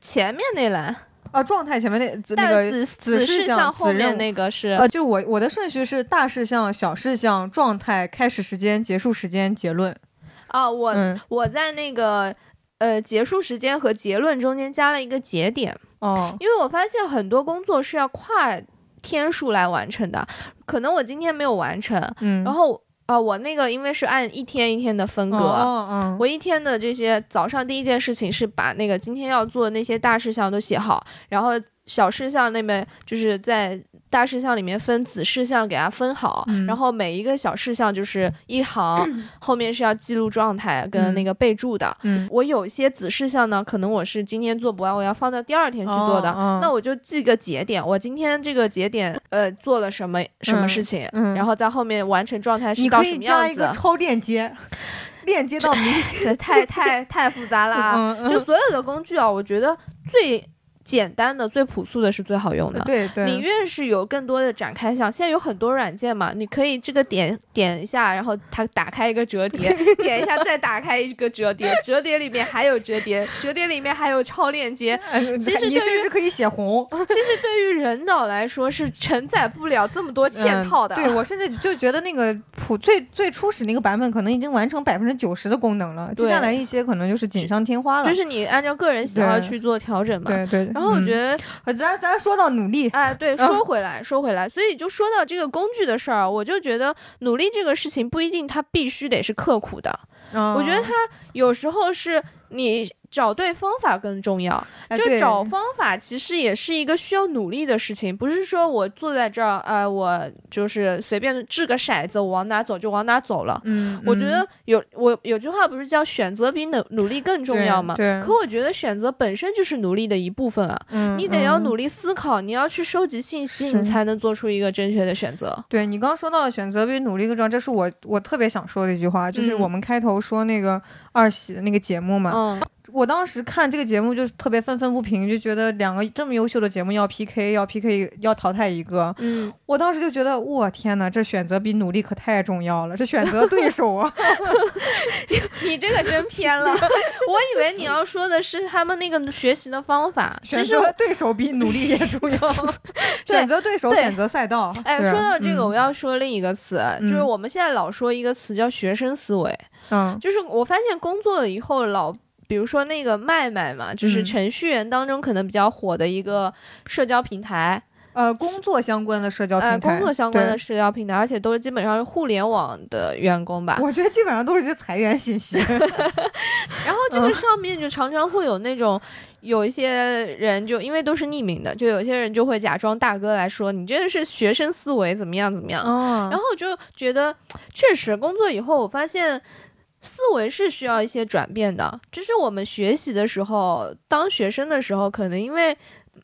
前面那栏，啊，状态前面那那但个子子子事事项项后子任务面那个是呃，就是我我的顺序是大事项、小事项、状态、开始时间、结束时间、结论。啊，我嗯，我在那个呃结束时间和结论中间加了一个节点，哦，因为我发现很多工作是要跨天数来完成的，可能我今天没有完成，嗯，然后啊、我那个因为是按一天一天的分割。哦，嗯，我一天的这些早上第一件事情是把那个今天要做的那些大事项都写好，然后小事项那边就是在大事项里面分子事项给它分好，嗯然后每一个小事项就是一行，后面是要记录状态跟那个备注的。嗯我有一些子事项呢，可能我是今天做不完，我要放到第二天去做的，哦哦那我就记个节点，我今天这个节点呃做了什么什么事情，嗯然后在后面完成状态是你到可什以么加样一子个， 超链接， 链接到明太太太复杂了啊！ 嗯嗯就所有的工具啊，我觉得最简单的、最朴素的是最好用的。对对，你越是有更多的展开项，现在有很多软件嘛，你可以这个点点一下，然后它打开一个折叠，点一下再打开一个折叠，折叠里面还有折叠，折叠里面还有超链 接。哎其实你对甚至可以写红其实对于人脑来说是承载不了这么多 嵌套的。啊嗯对我甚至就觉得那个普最最初始那个版本可能已经完成百分之九十的功能了，接对下来一些可能就是锦上添花了。就是你按照个人喜好对去做调整嘛。对对，然后我觉得，得呃咱咱说到努力，哎，对，嗯说回来，说回来，所以就说到这个工具的事儿，我就觉得努力这个事情不一定它必须得是刻苦的，我我觉得它有时候是你找对方法更重要。哎就对找方法，其实也是一个需要努力的事情，不是说我坐在这儿，呃，我就是随便掷个骰子，我往哪走就往哪走了。嗯，我觉嗯得有我有句话不是叫选择比努努力更重要吗？对，对可我觉得选择本身就是努力的一部分啊。嗯你得要嗯努力思考，你要去收集信息，是你才能做出一个正确的选择。对你刚刚说到的选择比努力更重要，这是我我特别想说的一句话，就是嗯我们开头说那个二喜的那个节目嘛，嗯我当时看这个节目就是特别愤愤不平，就觉得两个这么优秀的节目要 PK，要 PK，要淘汰一个。 嗯，我当时就觉得，我天哪，这选择比努力可太重要了，这选择 对手啊！你这个真偏了， 我以为你要说的是他们那个学习的方法。其选实我，择对手比努力也重要，选择对手， 对选择赛道。哎，对啊说到这个，嗯我要说另一个词，就是我们现在老说一个词叫学生思维，嗯就是我发现工作了以后老。比如说那个麦麦嘛，就是嗯程序员当中可能比较火的一个社交平台，呃，工作相关的社交平台，呃，工作相关的对。社交平台，而且都是基本上是互联网的员工吧。我觉得基本上都是些裁员信息，然后这个上面就常常会有那种。有一些人就因为都是匿名的，就有些人就会假装大哥来说你这个是学生思维怎么样怎么样，嗯 然后就觉得确实工作以后我发现思维是需要一些转变的，就是我们学习的时候，当学生的时候，可能因为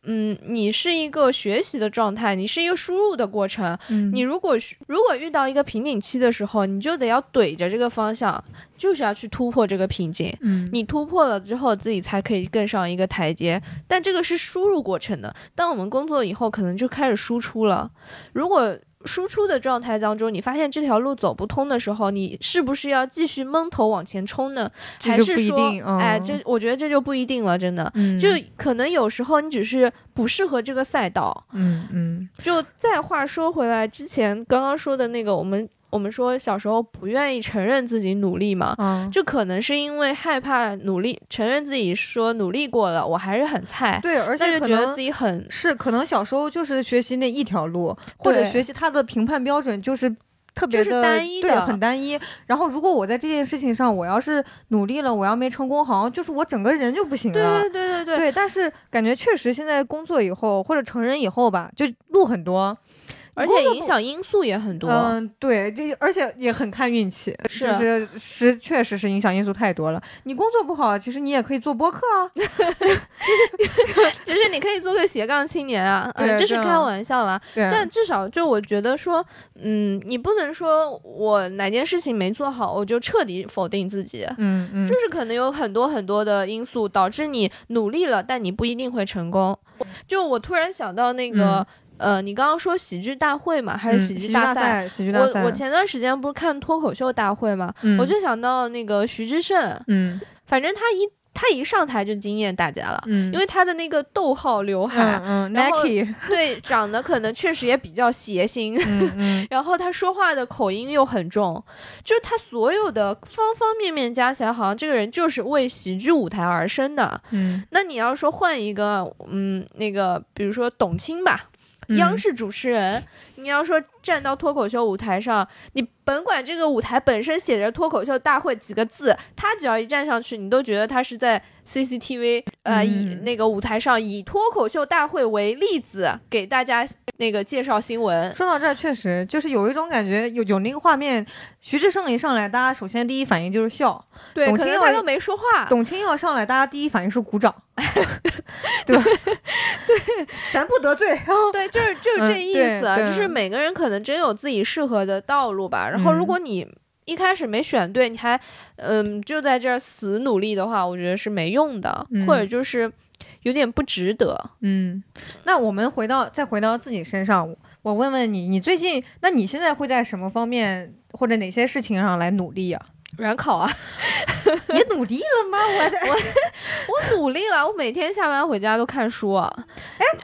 嗯你是一个学习的状态，你是一个输入的过程，嗯你如果是如果遇到一个瓶颈期的时候，你就得要怼着这个方向，就是要去突破这个瓶颈。嗯你突破了之后，自己才可以更上一个台阶。但这个是输入过程的。当我们工作以后，可能就开始输出了。如果输出的状态当中，你发现这条路走不通的时候，你是不是要继续闷头往前冲呢？还这就不是一说，定哦哎，这我觉得这就不一定了，真的。嗯就可能有时候你只是不适合这个赛道。嗯嗯就再话说回来，之前刚刚说的那个，我们我们说小时候不愿意承认自己努力嘛，啊，这可能是因为害怕努力，承认自己说努力过了，我还是很菜，对，而那且就可觉得能自己很是可能小时候就是学习那一条路，或者对学习他的评判标准就是。特别就的是单一的对，很单一。然后，如果我在这件事情上，我要是努力了，我要没成功，好像就是我整个人就不行对了。对对对对，对，但是感觉确实现在工作以后或者成人以后吧，就路很多。而且影响因素也很多。嗯，对，这而且也很看运气，是就是是确实是影响因素太多了。你工作不好，其实你也可以做播客啊。就是你可以做个斜杠青年啊，嗯、对这是这样开玩笑啦。对，啊但至少就我觉得说，嗯，你不能说我哪件事情没做好，我就彻底否定自己。嗯嗯，就是可能有很多很多的因素导致你努力了，但你不一定会成功。嗯就我突然想到那个，呃，你刚刚说喜剧大会嘛，还是嗯剧剧大大赛？赛，喜剧大赛。啊我我前段时间不是看脱口秀大会嘛，嗯我就想到那个徐志胜，嗯反正他一他一上台就惊艳大家了，嗯，因为他的那个逗号刘海，嗯嗯然后 ，Nike，对，长得可能确实也比较邪性，嗯嗯， 然后他说话的口音又很重，就是他所有的方方面面加起来，好像这个人就是为喜剧舞台而生的。嗯，那你要说换一个，嗯，那个比如说董卿吧，嗯央视主持人，你要说站到脱口秀舞台上，你甭管这个舞台本身写着“脱口秀大会”几个字，他只要一站上去，你都觉得他是在 CCTV 呃、嗯以那个舞台上以脱口秀大会为例子给大家那个介绍新闻。说到这儿，确实就是有一种感觉，有有那个画面，徐志胜一上来，大家首先第一反应就是笑；对，董可能卿他要都没说话。董卿要上来，大家第一反应是 鼓掌，对吧？对，咱不得 罪。 对，就是就是这嗯意对思啊，对就是每个人可能真有自己适合的道路吧。然后，如嗯果你一开始没选对，你还嗯就在这儿死努力的话，我觉得是没用的，嗯或者就是有点不值得。嗯，那我们回到再回到自己身上，我我问问你，你最近，那你现在会在什么方面或者哪些事情上来努力呀、软考啊， 你努力了吗？我在 我努力了，我每天下班回家都看书啊。哦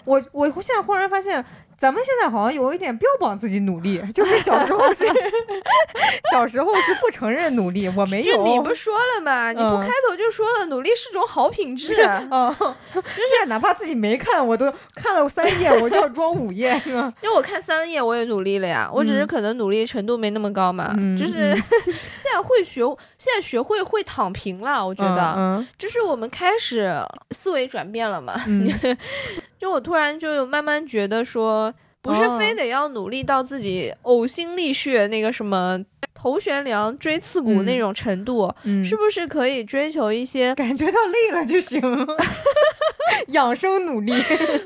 我我现在忽然发现，咱们现在好像有一点标榜自己努力，就是小时候是 小时候是不承认努力，我没有。就你不说了嘛，你不嗯开头就说了，努力是种好品质。啊 哦，现在哪怕自己没看，我都看了三页，我就要装五页，是吗？因为我看三页我也努力了呀，我只是嗯可能努力程度没那么高嘛，嗯就是 现在会学，现在学会会躺平了，我觉得。嗯就是我们开始思维转变了嘛， 嗯就我突然就慢慢觉得说，不是哦非得要努力到自己呕心沥血那个什么头悬梁锥刺股嗯那种程度，嗯是不是可以追求一些？感觉到累了就行， 养生努力。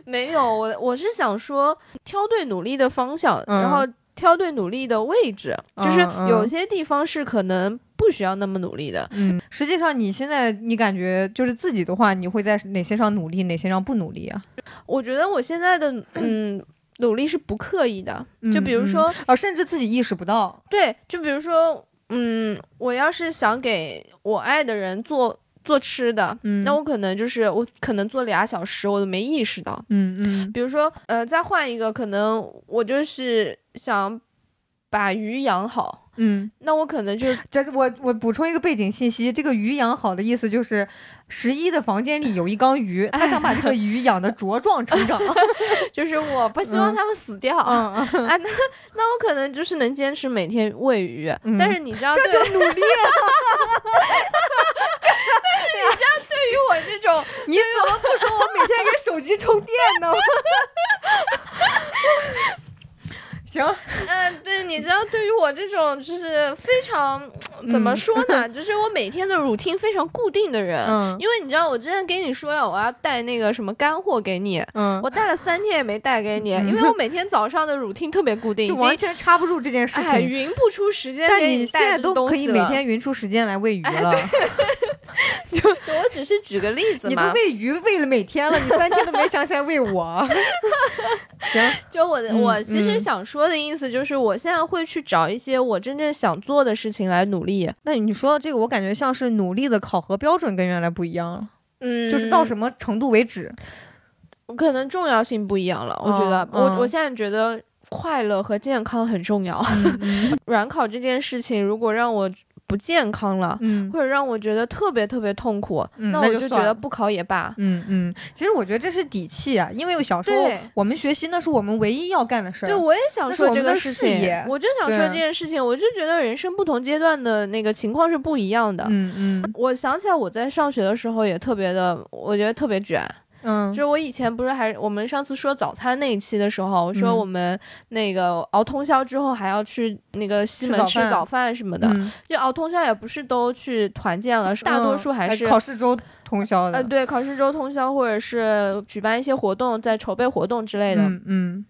没有，我我是想说，挑对努力的方向，嗯然后挑对努力的位置，就是嗯嗯有些地方是可能不需要那么努力的。嗯，实际上你现在你感觉就是自己的话，你会在哪些上努力，哪些上不努力啊？我觉得我现在的嗯。努力是不刻意的，就比如嗯嗯说，哦，甚至自己意识不到。对，就比如说，嗯，我要是想给我爱的人做做吃的，嗯，那我可能就是我可能做俩小时，我都没意识到。嗯嗯比如说，呃，再换一个，可能我就是想把鱼养好，嗯，那我可能就 这我我补充一个背景信息，这个鱼养好的意思就是，十一的房间里有一缸鱼，他想把这个鱼养的茁壮成 长。就是我不希望嗯它们死掉、 嗯，嗯啊，那那我可能就是能坚持每天喂鱼，嗯但是你知道，对这就努力啊了。于我这种你怎么不说我每天给手机充电呢？ 行，嗯，对，你知道，对于我这种就是非常怎么说呢，就是我每天的 routine 非常固定的人，嗯因为你知 道，我之前跟你说了，我要带那个什么干货给你。嗯，我带了三天也没带给你，因为我每天早上的 routine 特别固定，就已完经全插不住这件事哎情。匀不出时间但给你现带在这都东可西以了。哎每天匀出时间来喂鱼了， 就我只是举个例子你嘛都。喂鱼喂了每天了，你三天都没想起来喂我。行，就我的、嗯我其实嗯想说的意思就是，我现在会去找一些我真正想做的事情来努力。 那你说到这个，我感觉像是努力的考核标准跟原来不一样了，嗯，就是到什么程度为止。可能重要性不一样了。我觉得，嗯我嗯我现在觉得快乐和健康很重要。 嗯软考这件事情，如果让我不健康了， 嗯或者让我觉得特别特别痛苦，嗯那我那就就觉算得了不考也罢。 嗯嗯，其实我觉得这是底气啊，因为小时候对我们学习那是我们唯一要干的事儿。对，我也想那是说我这们个的事事情业，我就想说对啊这件事情，我就觉得人生不同阶段的那个情况是不一样的。嗯嗯我想起来，我在上学的时候也特别的，我觉得特别卷。嗯，就是我以前不是还我们上次说早餐那一期的时候，我说嗯我们那个熬通宵之后还要去那个西吃门早吃饭早饭什么的，嗯就熬通宵也不是都去团建了，是大多嗯数还是、考试周通宵的。呃对考试周通宵，或者是举办一些活动，在筹备活动之类的。嗯嗯，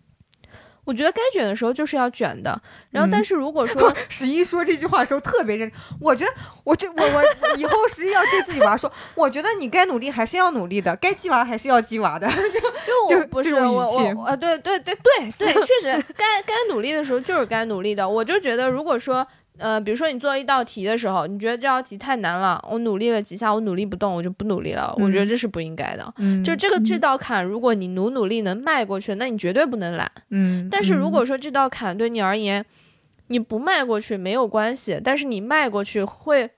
我觉得该卷的时候就是要卷的，然后嗯但是如果说、不，十一说这句话的时候特别认真，我觉得我这我我以后十一要对自己娃说，我觉得你该努力还是要努力的，该鸡娃还是要鸡娃的。 就我就不这是种我语气 我呃对对对对对，确实该该努力的时候就是该努力的。我就觉得，如果说呃，比如说你做一道题的时候，你觉得这道题太难了，我努力了几下，我努力不动，我就不努力了。我觉得嗯这是不应该的。嗯就这个这道坎，如果你努努力能迈过去，那你绝对不能懒。嗯，但是如果说这道坎对你而言，你不迈过去没有关系，但是你迈过去会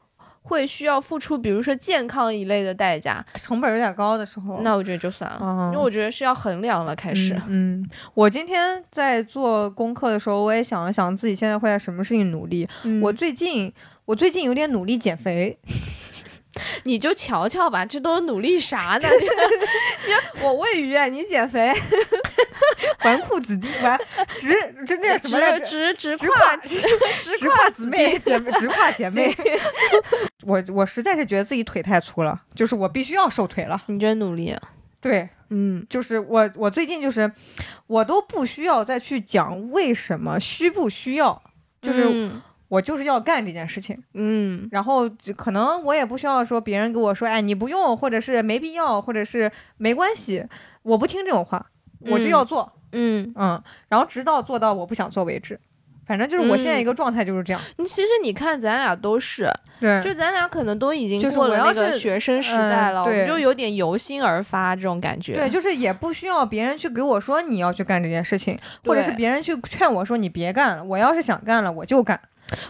会需要付出，比如说健康一类的代价，成本有点高的时候，那我觉得就算了，啊因为我觉得是要衡量了开始。哦嗯。嗯，我今天在做功课的时候，我也想了想自己现在会在什么事情努力。嗯我最近我最近有点努力减 肥，你就瞧瞧吧，这都努力 啥呢？你你我喂鱼，啊你减 肥，纨绔子弟纨直这那叫什么来着？直直直直跨跨直直直跨跨姊妹，姐妹直跨姐妹 行。 我我实在是觉得自己腿太粗了，就是我必须要瘦腿了。你真努力，啊对，嗯就是我我最近就是我都不需要再去讲为什么需不需要，就是嗯我就是要干这件事情。嗯然后就可能我也不需要说别人给我说，哎，你不用，或者是没必要，或者是没关系，我不听这种话，我就要做，嗯，嗯，然后直到做到我不想做为止。反正就是我嗯现在一个状态就是这样，你其实你看，咱俩都是，对，就咱俩可能都已经嗯就是过了我要那个是学生时代了，嗯我们对就有点由心而发这种感觉。对，就是也不需要别人去给我说你要去干这件事情，或者是别人去劝我说你别干了。我要是想干了，我就干。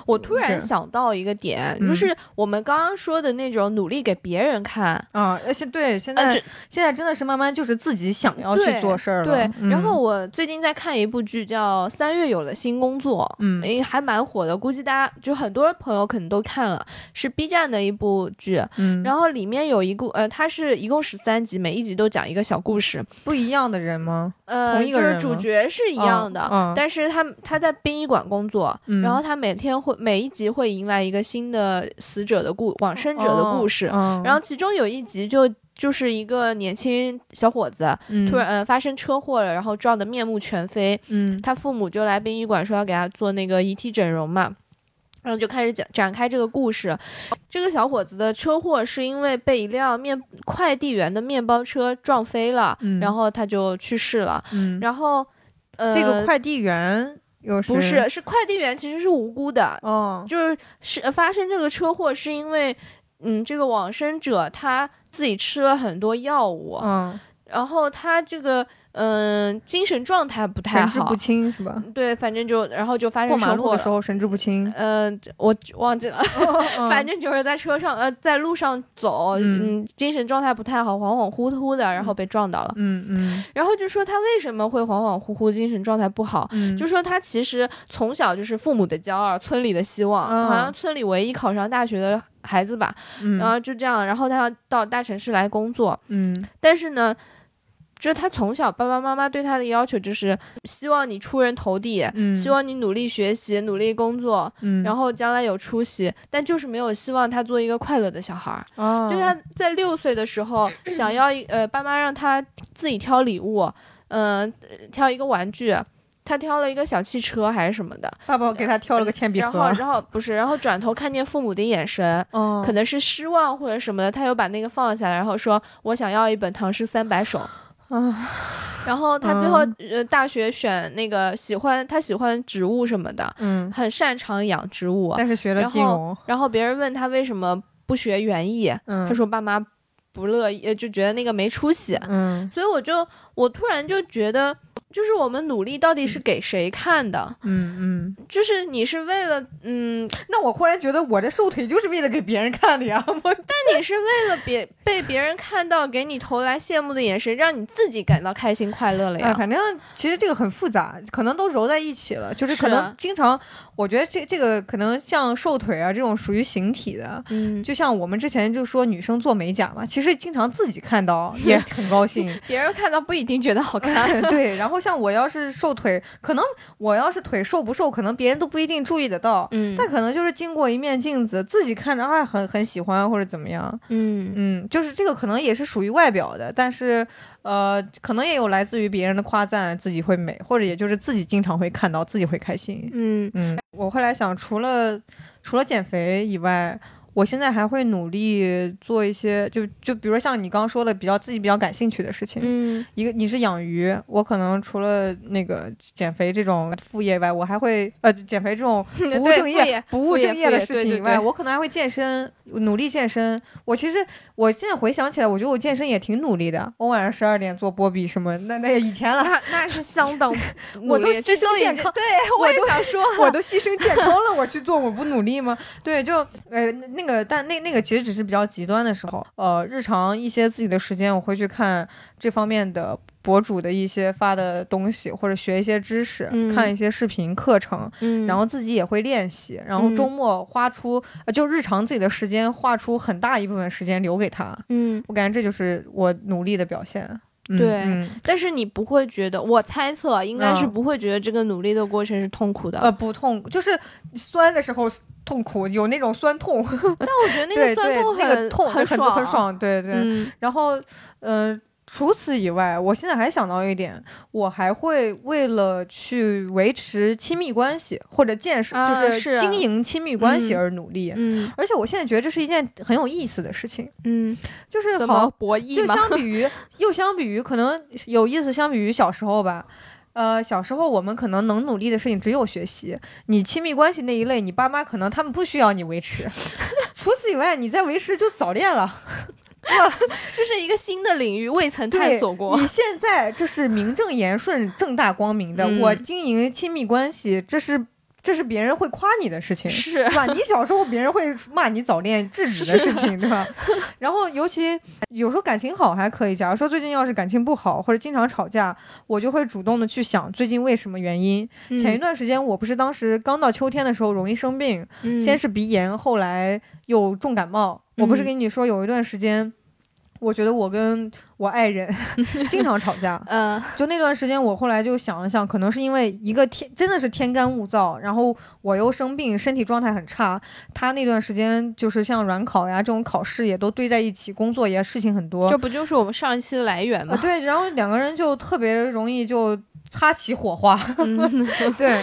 我突然对想到一个点，嗯就是我们刚刚说的那种努力给别人看，啊，而且对，现在、呃，这现在真的是慢慢就是自己想要对去做事儿了。对，嗯然后我最近在看一部剧，叫《三月有了新工作》，嗯诶，还蛮火的，估计大家就很多朋友可能都看了，是 B 站的一部剧。嗯，然后里面有一个，呃，它是一共十三集，每一集都讲一个小故事，不一样的人吗？呃，同一个人就是主吗角是一样的，嗯嗯但是他他在殡仪馆工作，嗯然后他每天会每一集会迎来一个新的死者的故往生者的故事，哦嗯、然后其中有一集就就是一个年轻小伙子，嗯突然，呃发生车祸了，然后撞得面目全非。嗯他父母就来殡仪馆说要给他做那个遗体整容嘛，然后就开始讲展开这个故事。这个小伙子的车祸是因为被一辆面快递员的面包车撞飞了，嗯然后他就去世了。嗯，然后，呃，这个快递员又是不是是快递员其实是无辜的，哦，就是是呃发生这个车祸是因为，嗯，这个往生者他自己吃了很多药物，嗯，然后他这个嗯、精神状态不太神志好不，清是吧？对，反正就然后就发过生马车路祸的时了。候神志不清，嗯、我忘记了， 反正就是在车上，呃，在路上走，嗯嗯精神状态不太好，恍恍惚惚的，然后被撞到了。嗯嗯然后就说他为什么会恍恍惚惚，精神状态不好，嗯，就是说他其实从小就是父母的骄傲，村里的希望，嗯好像村里唯一考上大学的孩子吧。然后就这样，然后他要到大城市来工作，嗯但是呢，就是他从小爸爸妈妈对他的要求就是希望你出人头地，嗯，希望你努力学习、努力工作，嗯，然后将来有出息，但就是没有希望他做一个快乐的小孩儿。后就他在六岁的时候，想呃要一呃，爸妈让他自己挑礼物，嗯、挑一个玩具，他挑了一个小汽车还是什么的，爸爸给他挑了个铅笔然盒后儿，然后不是，然后转头看见父母的眼神。哦，可能是失望或者什么的，他又把那个放下来，然后说：“我想要一本《唐诗三百首》。”啊，然后他最后、嗯呃大学选那个喜欢他喜欢植物什么的，嗯，很擅长养植物。但是学了然金融后，然后别人问他为什么不学园艺，嗯，他，说爸妈不乐意，呃就觉得那个没出息。嗯所以我就我突然就觉得，就是我们努力到底是给谁看的？嗯嗯，就是你是为了嗯，那我忽然觉得我这瘦腿就是为了给别人看的呀，我但你是为了 别被别人看到，给你投来羡慕的眼神，让你自己感到开心快乐了哎，呀。反正其实这个很复杂，可能都揉在一起了，就是可是能经常，我觉得这这个可能像瘦腿啊这种属于形体的。嗯，就像我们之前就说女生做美甲嘛，其实经常自己看 到也很高兴。 别人看到不一定觉得好看。对，然后像我要是瘦腿，可能我要是腿瘦不瘦，可能别人都不一定注意得到， 嗯但可能就是经过一面镜子，自己看着哎很很喜欢或者怎么样。嗯嗯，就是这个可能也是属于外表的，但是呃，可能也有来自于别人的夸赞，自己会美，或者也就是自己经常会看到，自己会开心。嗯嗯，我后来想，除了除了减肥以外，我现在还会努力做一些，就就比如说像你刚说的，比较自己比较感兴趣的事情。嗯一个你是养鱼，我可能除了那个减肥这种副业以外，我还会呃减肥这种不 务对正副业业不务副业正副业的业事对情对以外，对我可能还会健身，努力健身。我其实我现在回想起来，我觉得我健身也挺努力的。我晚上十二点做波比什么，那那也以前了，那 那是相 当我努都力，这牺牲都已健经康对我我也都想 说，我都牺牲健康了，我去做，我不努力吗？ 对，就呃那那个，但那那个其实只是比较极端的时候，呃，日常一些自己的时间，我会去看这方面的。博主的一些发的东西，或者学一些知识，嗯看一些视频课程，嗯然后自己也会练习，然后周嗯末花出、呃就日常自己的时间，花出很大一部分时间留给他。嗯，我感觉这就是我努力的表现。嗯、对嗯但是你不会觉得，我猜测啊应该是嗯不会觉得这个努力的过程是痛苦的。呃，不痛，就是酸的时候痛苦，有那种酸痛，但我觉得那个对酸对，痛很、那个痛很很爽，很。爽，对对。嗯然后，嗯、除此以外，我现在还想到一点，我还会为了去维持亲密关系或者建设，啊就是是经营亲密关系嗯而努力。嗯而且我现在觉得这是一件很有意思的事情， 嗯，就是怎么好，博就弈吗？ 相比于，又相比于，可能有意思，相比于小时候吧。呃，小时候我们可能能努力的事情只有学习，你亲密关系那一类，你爸妈可能他们不需要你维持。 除此以外，你再维持就早恋了。这是一个新的领域，未曾对嗯探索过。你现在这是名正言顺、正大光明的，嗯我经营亲密关系，这是这是别人会夸你的事情。是对吧？你小时候别人会骂你早恋制止的事情，对吧？然后尤其有时候感情好还可以，假如说最近要是感情不好或者经常吵架，我就会主动的去想最近为什么原因。前一段时间我不是当时刚到秋天的时候容易生病，嗯先是鼻炎，后来又重感冒。我不是跟你说有一段时间。我觉得我跟我爱人 经常吵架，嗯就那段时间，我后来就想了想，可能是因为一个天真的是天干物燥，然后我又生病，身体状态很差。他那段时间就是像软考呀这种考试也都堆在一起，工作也事情很多这。不就是我们上一期的来源 啊，吗？对，然后两个人就特别容易就擦起火花。 嗯 对，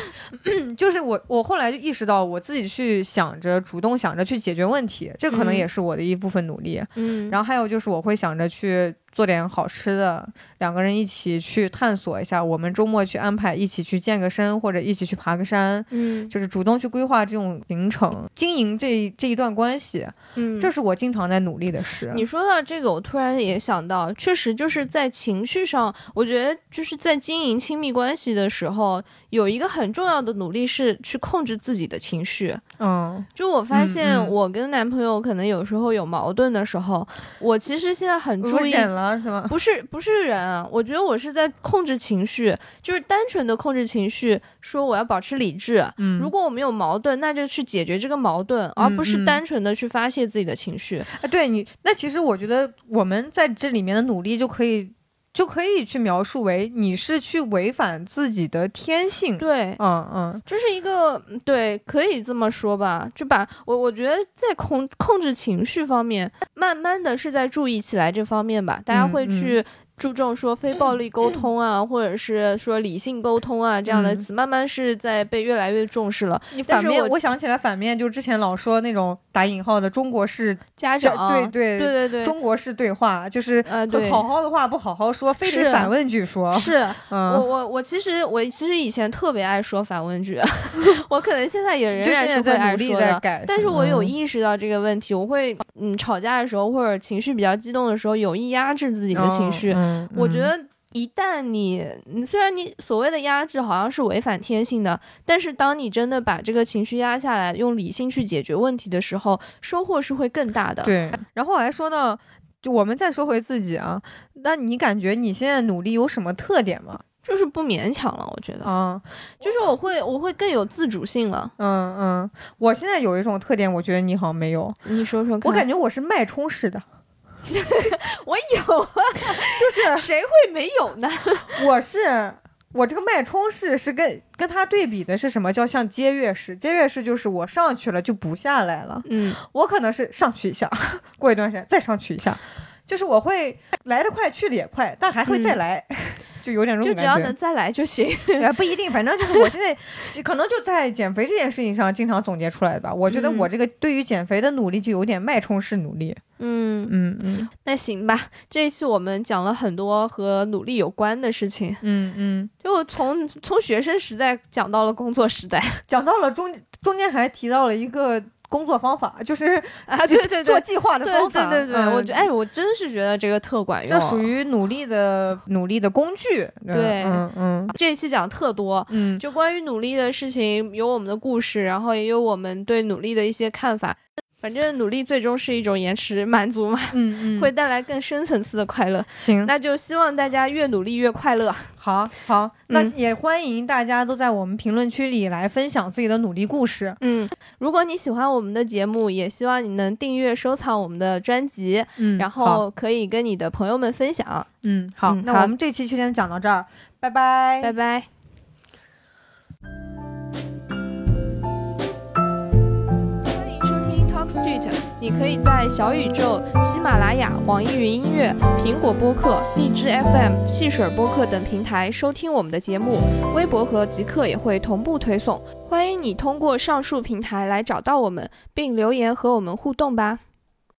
就是我，我后来就意识到，我自己去想着主动想着去解决问题，这可能嗯也是我的一部分努力。嗯，然后还有就是我会想着去做点好吃的，两个人一起去探索一下。我们周末去安排一起去健个身，或者一起去爬个山，嗯就是主动去规划这种行程，经营这这一段关系，嗯，这是我经常在努力的事。你说到这个，我突然也想到，确实嗯就是在情绪上，我觉得就是在经营亲密关系的时候，有一个很重要的努力是去控制自己的情绪。嗯就我发现嗯，嗯我跟男朋友可能有时候有矛盾的时候，我其实现在很我注意。忍了是吗？不是不是人啊，我觉得我是在控制情绪，就是单纯的控制情绪，说我要保持理智。嗯如果我们有矛盾，那就去解决这个矛盾，而不嗯是嗯单纯的去发泄自己的情绪。哎，对你，那其实我觉得我们在这里面的努力就可以，就可以去描述为你是去违反自己的天性。对，嗯嗯，就是一个嗯对，可以这么说吧，就把我我觉得在控控制情绪方面，慢慢的是在注意起来这方面吧，大家嗯会去注重说非暴力沟通 啊，或者是说理性沟通啊这样的嗯词，慢慢是在被越来越重视了。你但反是面，我我想起来反面，就之前老说那种打引号的中国式家这长，啊对对对对对，中国式对话，就是呃对好好的话不好好说，非是得反问句说。是我嗯，我我其实我其实以前特别爱说反问句， 我可能现在也仍就然现是在会在爱努力说在的。改，但是我有嗯意识到这个问题，我会嗯吵架的时候或者情绪比较激动的时候，有意压制自己的情绪。哦嗯我觉嗯得一旦你嗯虽然你所谓的压制好像是违反天性的，但是当你真的把这个情绪压下来，用理性去解决问题的时候，收获是会更大的。对。然后我还说到，就我们再说回自己啊，那你感觉你现在努力有什么特点吗？就是不勉强了，我觉得，啊，就是我会我会更有自主性了。嗯嗯，我现在有一种特点，我觉得你好像没有，你说说看，我感觉我是脉冲式的，我有啊， 就是谁会没有呢？ 我是我这个脉冲式是跟跟它对比的是什么叫像接跃式？接跃式就是我上去了就不下来了，嗯，我可能是上去一下， 过一段时间再上去一下，就是我会来得快去得也快，但还会再嗯来， 就有点这就种只要感觉能。再来就行。哎，不一定，反正就是我现在 就可能就在减肥这件事情上经常总结出来的吧。我觉得嗯我这个对于减肥的努力就有点脉冲式努力。嗯，嗯嗯那行吧，这一期我们讲了很多和努力有关的事情，嗯嗯，就从从学生时代讲到了工作时代讲到了中中间还提到了一个工作方法，就是啊，对对做对。计划的对方对法。对对，嗯我觉得哎，我真是觉得这个特管用。这属于努力的努力的工具。对嗯嗯这一期讲特多，嗯，就关于努力的事情，有我们的故事，然后也有我们对努力的一些看法。反正努力最终是一种延迟满足嘛， 嗯嗯，嗯会带来更深层次的快乐。行，那就希望大家越努力越快乐。好好，那嗯也欢迎大家都在我们评论区里来分享自己的努力故事。嗯，如果你喜欢我们的节目，也希望你能订阅、收藏我们的专辑，嗯，然好后可以跟你的朋友们分享。嗯，好，嗯那好我们这期就先讲到这儿，拜拜，拜拜。欢迎收听 Talk Street，你可以在小宇宙、喜马拉雅、网易云音乐、苹果播客、荔枝 FM、汽水播客等平台收听我们的节目，微博和极客也会同步推送。欢迎你通过上述平台来找到我们，并留言和我们互动吧。